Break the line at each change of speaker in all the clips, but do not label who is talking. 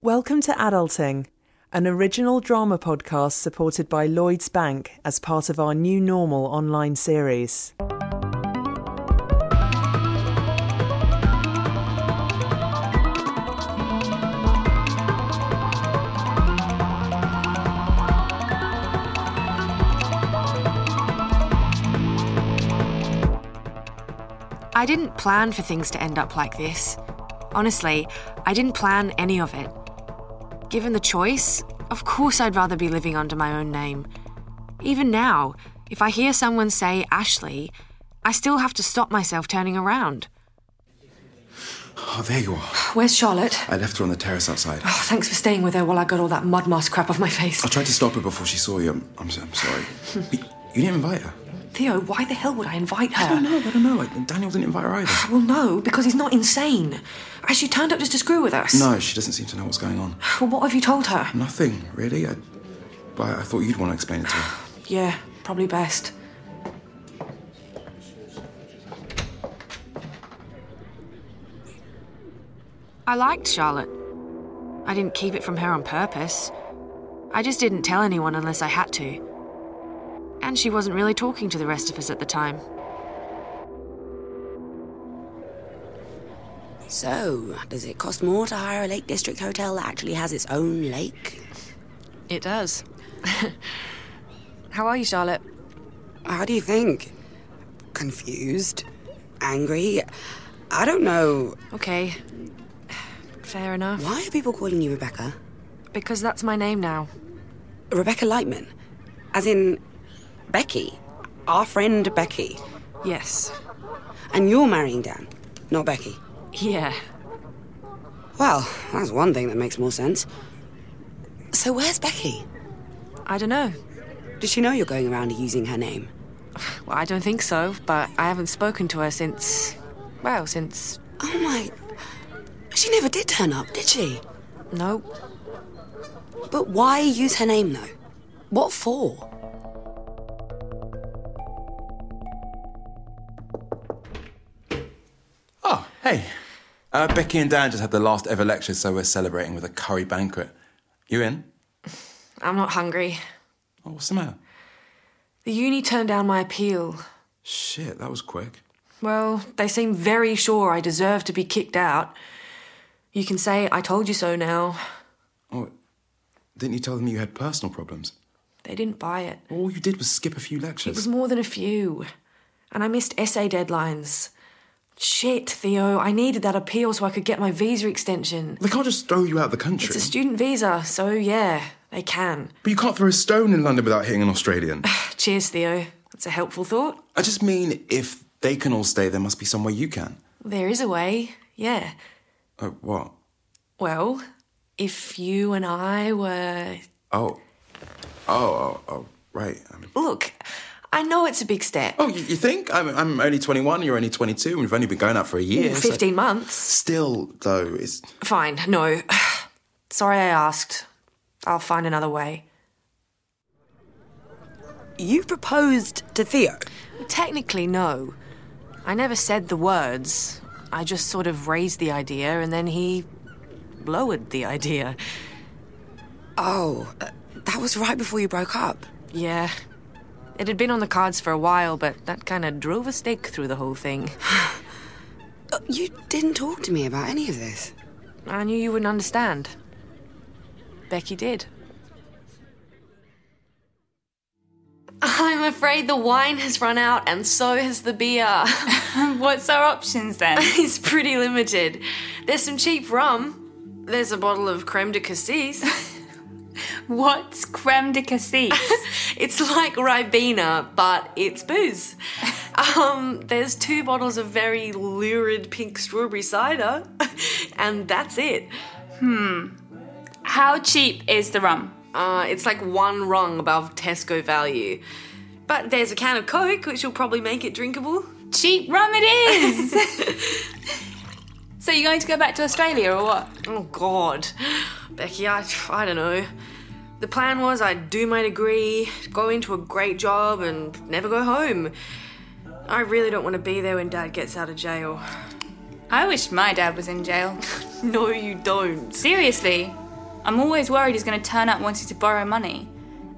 Welcome to Adulting, an original drama podcast supported by Lloyds Bank as part of our New Normal online series.
I didn't plan for things to end up like this. Honestly, I didn't plan any of it. Given the choice, of course I'd rather be living under my own name. Even now, if I hear someone say Ashley, I still have to stop myself turning around.
Oh, there you are.
Where's Charlotte?
I left her on the terrace outside.
Oh, thanks for staying with her while I got all that mud mask crap off my face.
I tried to stop her before she saw you. I'm, I'm, so- I'm sorry. But you didn't invite her.
Theo, why the hell would I invite her?
I don't know. I don't know. Like, Daniel didn't invite her either.
Well, no, because he's not insane. And She turned up just to screw with us.
No, she doesn't seem to know what's going on.
Well, what have you told her?
Nothing, really. I, but I thought you'd want to explain it to her.
Yeah, probably best. I liked Charlotte. I didn't keep it from her on purpose. I just didn't tell anyone unless I had to. And she wasn't really talking to the rest of us at the time.
So, does it cost more to hire a Lake District hotel that actually has its own lake?
It does. How are you, Charlotte?
How do you think? Confused? Angry? I don't know.
Okay. Fair enough.
Why are people calling you Rebecca?
Because that's my name now.
Rebecca Lightman? As in, Becky. Our friend Becky.
Yes.
And you're marrying Dan, not Becky.
Yeah.
Well, that's one thing that makes more sense. So, where's Becky?
I don't know.
Did she know you're going around using her name?
Well, I don't think so, but I haven't spoken to her since. Well, since.
Oh my. She never did turn up, did she?
No.
But why use her name though? What for?
Oh, hey. Uh, Becky and Dan just had the last ever lecture, so we're celebrating with a curry banquet. You in?
I'm not hungry.
Oh, what's the matter?
The uni turned down my appeal.
Shit, that was quick.
Well, they seem very sure I deserve to be kicked out. You can say, I told you so now.
Oh, didn't you tell them you had personal problems?
They didn't buy it.
All you did was skip a few lectures.
It was more than a few. And I missed essay deadlines. Shit, Theo, I needed that appeal so I could get my visa extension.
They can't just throw you out of the country.
It's a student visa, so yeah, they can.
but you can't throw a stone in London without hitting an Australian.
Cheers, Theo. That's a helpful thought.
I just mean if they can all stay, there must be somewhere you can.
There is a way, yeah.
Oh, what?
Well, if you and I were.
Oh. Oh, oh, oh, right. Um,
Look, I know it's a big step.
oh, you, you think? I'm, I'm only 21, you're only 22, and we've only been going out for a year. so-
15 months.
Still, though, it's.
Fine, no. Sorry I asked. I'll find another way.
You proposed to Theo.
Technically, no. I never said the words. I just sort of raised the idea and then he lowered the idea.
Oh, uh, that was right before you broke up.
Yeah. It had been on the cards for a while, but that kind of drove a stake through the whole thing.
Uh, You didn't talk to me about any of this.
I knew you wouldn't understand. Becky did. I'm afraid the wine has run out and so has the beer.
What's our options then?
it's pretty limited. There's some cheap rum. There's a bottle of creme de cassis.
What's creme de cassis?
It's like Ribena, but it's booze. Um, there's two bottles of very lurid pink strawberry cider, and that's it.
How cheap is the rum?
Uh, it's like one rung above Tesco value. But there's a can of Coke, which will probably make it drinkable.
Cheap rum it is! so you're going to go back to Australia or what?
Oh, God. Becky, I, I don't know. The plan was I'd do my degree, go into a great job, and never go home. I really don't want to be there when Dad gets out of jail.
I wish my dad was in jail.
No, you don't.
Seriously, I'm always worried he's going to turn up wanting to borrow money.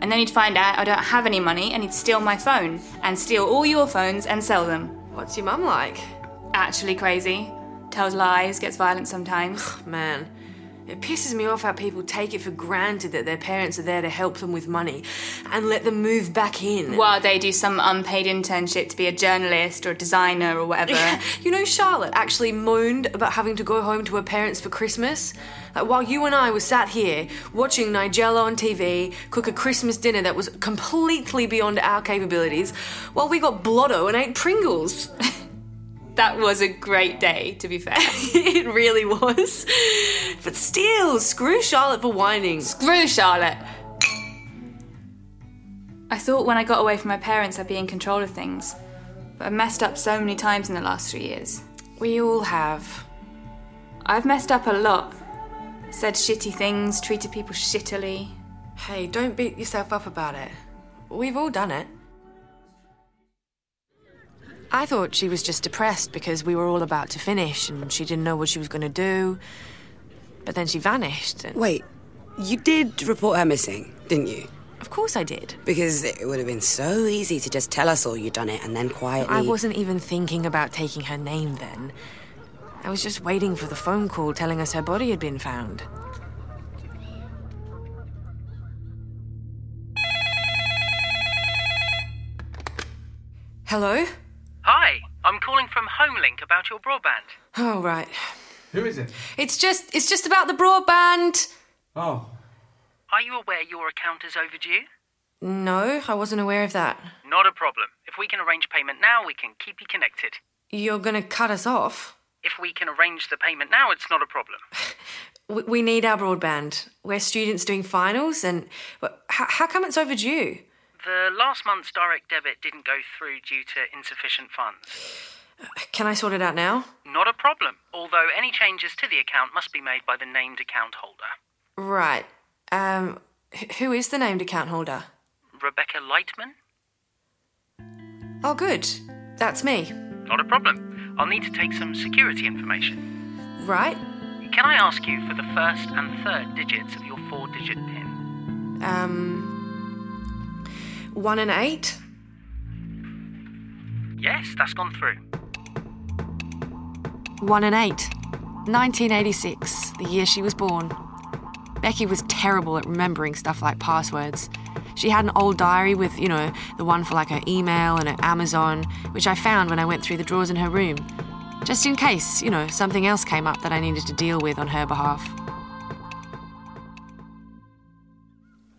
And then he'd find out I don't have any money and he'd steal my phone and steal all your phones and sell them.
What's your mum like?
Actually crazy. Tells lies, gets violent sometimes.
Man, it pisses me off how people take it for granted that their parents are there to help them with money and let them move back in.
While they do some unpaid internship to be a journalist or a designer or whatever.
You know, Charlotte actually moaned about having to go home to her parents for Christmas. Like, while you and I were sat here watching Nigella on TV cook a Christmas dinner that was completely beyond our capabilities, while we got blotto and ate Pringles.
That was a great day, to be fair.
it really was. But still, screw Charlotte for whining.
Screw Charlotte! I thought when I got away from my parents I'd be in control of things, but I've messed up so many times in the last three years.
We all have.
I've messed up a lot. Said shitty things, treated people shittily.
Hey, don't beat yourself up about it. We've all done it. I thought she was just depressed because we were all about to finish and she didn't know what she was going to do. But then she vanished. And
Wait, you did report her missing, didn't you?
of course I did.
Because it would have been so easy to just tell us all you'd done it and then quietly.
I wasn't even thinking about taking her name then. I was just waiting for the phone call telling us her body had been found. Hello?
Hi, I'm calling from Homelink about your broadband.
Oh right.
Who is it?
It's just it's just about the broadband.
Oh,
Are you aware your account is overdue?
No, I wasn't aware of that.
Not a problem. If we can arrange payment now, we can keep you connected.
You're going to cut us off.
If we can arrange the payment now, it's not a problem.
We, we need our broadband. We're students doing finals and but how, how come it's overdue?
The last month's direct debit didn't go through due to insufficient funds.
Uh, Can I sort it out now?
Not a problem, although any changes to the account must be made by the named account holder.
Right. Um wh- who is the named account holder?
Rebecca Lightman?
Oh good. That's me.
Not a problem. I'll need to take some security information.
Right?
Can I ask you for the first and third digits of your four digit PIN?
Um 1 and 8.
Yes, that's gone through.
1 and 8. 1986, the year she was born. Becky was terrible at remembering stuff like passwords. She had an old diary with, you know, the one for like her email and her Amazon, which I found when I went through the drawers in her room. Just in case, you know, something else came up that I needed to deal with on her behalf.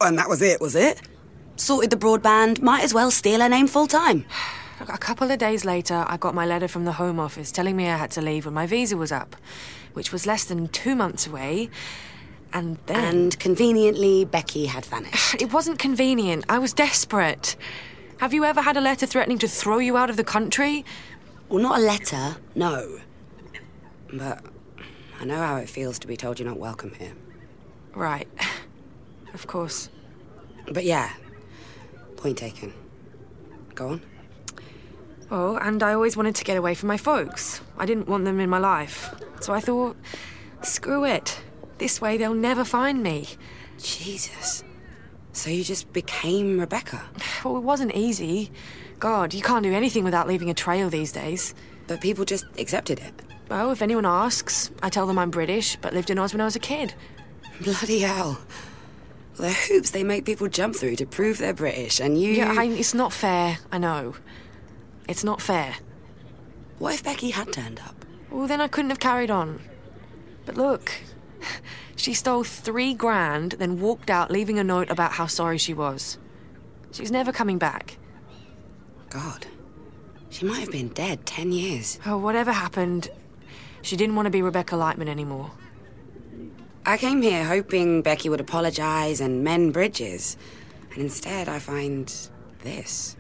And that was it, was it? Sorted the broadband, might as well steal her name full time.
A couple of days later, I got my letter from the Home Office telling me I had to leave when my visa was up, which was less than two months away. And then.
And conveniently, Becky had vanished.
it wasn't convenient. I was desperate. Have you ever had a letter threatening to throw you out of the country?
Well, not a letter, no. But I know how it feels to be told you're not welcome here.
Right. Of course.
But yeah, point taken. Go on.
Oh, and I always wanted to get away from my folks. I didn't want them in my life. So I thought, screw it. This way they'll never find me.
Jesus. So you just became Rebecca.
Well, it wasn't easy. God, you can't do anything without leaving a trail these days.
But people just accepted it.
Well, if anyone asks, I tell them I'm British, but lived in Oz when I was a kid.
Bloody hell. The hoops they make people jump through to prove they're British, and you.
Yeah, I, it's not fair, I know. It's not fair.
What if Becky had turned up?
Well, then I couldn't have carried on. But look, she stole three grand, then walked out, leaving a note about how sorry she was. She was never coming back.
God. She might have been dead ten years.
Oh, whatever happened, she didn't want to be Rebecca Lightman anymore.
I came here hoping Becky would apologize and mend bridges. And instead, I find this.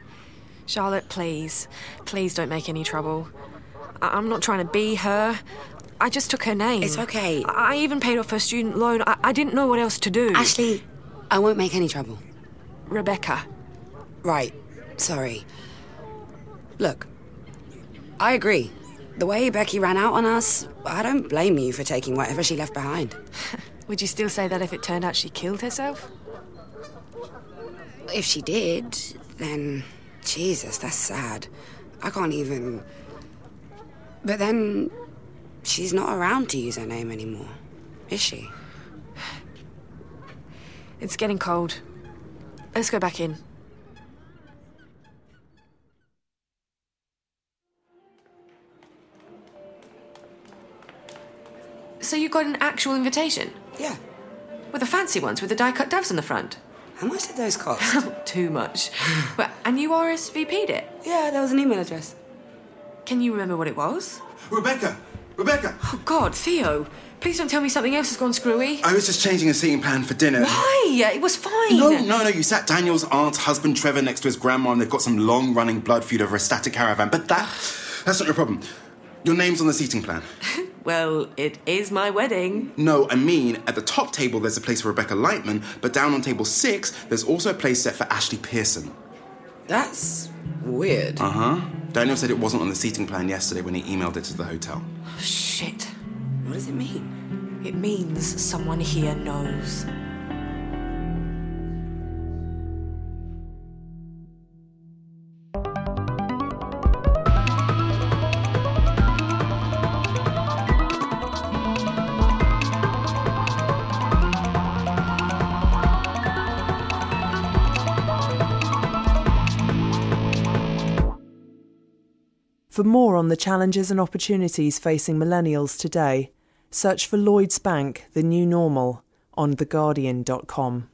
Charlotte, please, please don't make any trouble. I- I'm not trying to be her. I just took her name.
It's okay.
I, I even paid off her student loan. I, I didn't know what else to do.
Ashley, I won't make any trouble.
Rebecca.
Right. Sorry. Look, I agree. The way Becky ran out on us, I don't blame you for taking whatever she left behind.
Would you still say that if it turned out she killed herself?
If she did, then Jesus, that's sad. I can't even. But then she's not around to use her name anymore, is she?
It's getting cold. Let's go back in. So you got an actual invitation?
Yeah.
With the fancy ones with the die cut doves on the front?
How much did those cost?
Too much. but, and you RSVP'd it.
yeah, there was an email address.
Can you remember what it was?
Rebecca! Rebecca!
Oh God, Theo! Please don't tell me something else has gone screwy.
I was just changing a seating plan for dinner.
Why? It was fine.
No, no, no. You sat Daniel's aunt's husband Trevor next to his grandma, and they've got some long running blood feud over a static caravan. But that that's not your problem. Your name's on the seating plan.
Well, it is my wedding.
No, I mean, at the top table there's a place for Rebecca Lightman, but down on table six, there's also a place set for Ashley Pearson.
That's weird.
Uh huh. Daniel said it wasn't on the seating plan yesterday when he emailed it to the hotel.
Shit.
What does it mean?
It means someone here knows.
For more on the challenges and opportunities facing millennials today, search for Lloyds Bank, the new normal, on theguardian.com.